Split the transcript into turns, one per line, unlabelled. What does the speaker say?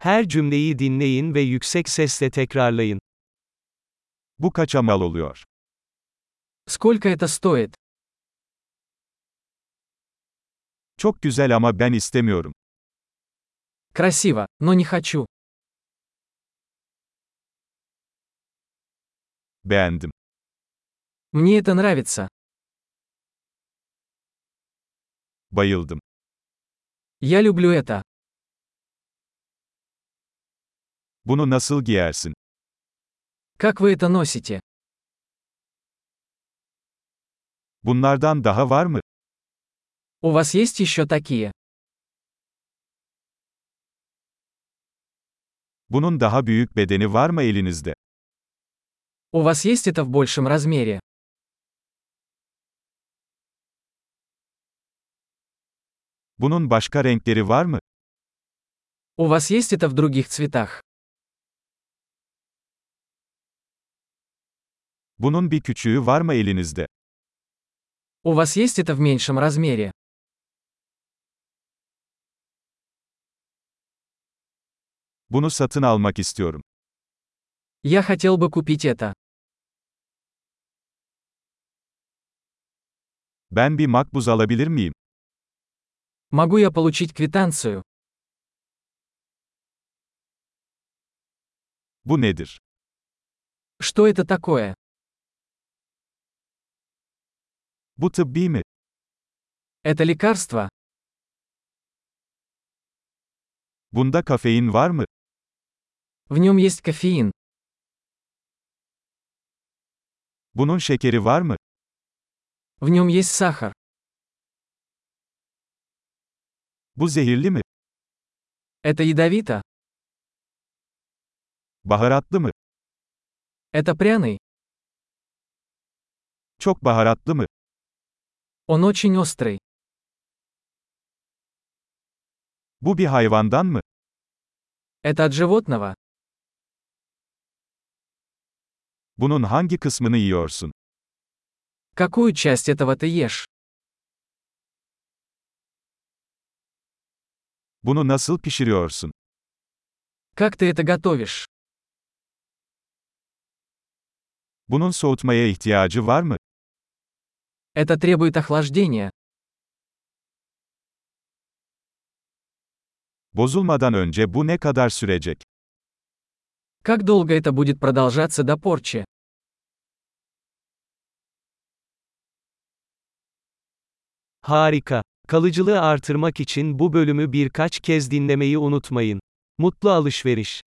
Her cümleyi dinleyin ve yüksek sesle tekrarlayın.
Bu kaça mal oluyor?
Сколько это стоит?
Çok güzel ama ben istemiyorum.
Красиво, но не хочу.
Beğendim.
Мне это нравится.
Bayıldım.
Я люблю это.
Bunu nasıl giyersin?
Как вы это носите?
Bunlardan daha var mı?
У вас есть еще такие?
Bunun daha büyük bedeni var mı elinizde?
У вас есть это в большем размере?
Bunun başka renkleri var mı?
У вас есть это в других цветах?
Bunun bir küçüğü var mı elinizde?
У вас есть это в меньшем размере?
Bunu satın almak istiyorum.
Я хотел бы купить это.
Ben bir makbuz alabilir miyim?
Могу я получить квитанцию?
Bu nedir?
Что это такое?
Bu tıbbi mi?
Это лекарство?
Bunda kafein var mı?
В нем есть кофеин.
Bunun şekeri var mı?
В нем есть сахар.
Bu zehirli mi?
Это ядовито.
Baharatlı mı?
Это пряный.
Çok baharatlı mı?
Он очень острый.
Bu bir hayvandan mı?
Это от животного.
Bunun hangi kısmını yiyorsun?
Какую часть этого ты ешь?
Bunu nasıl pişiriyorsun?
Как ты это готовишь?
Bunun soğutmaya ihtiyacı var mı?
Это требует охлаждения.
Bozulmadan önce bu ne kadar sürecek?
Как долго это будет продолжаться до порчи?
Harika. Kalıcılığı artırmak için bu bölümü birkaç kez dinlemeyi unutmayın. Mutlu alışveriş.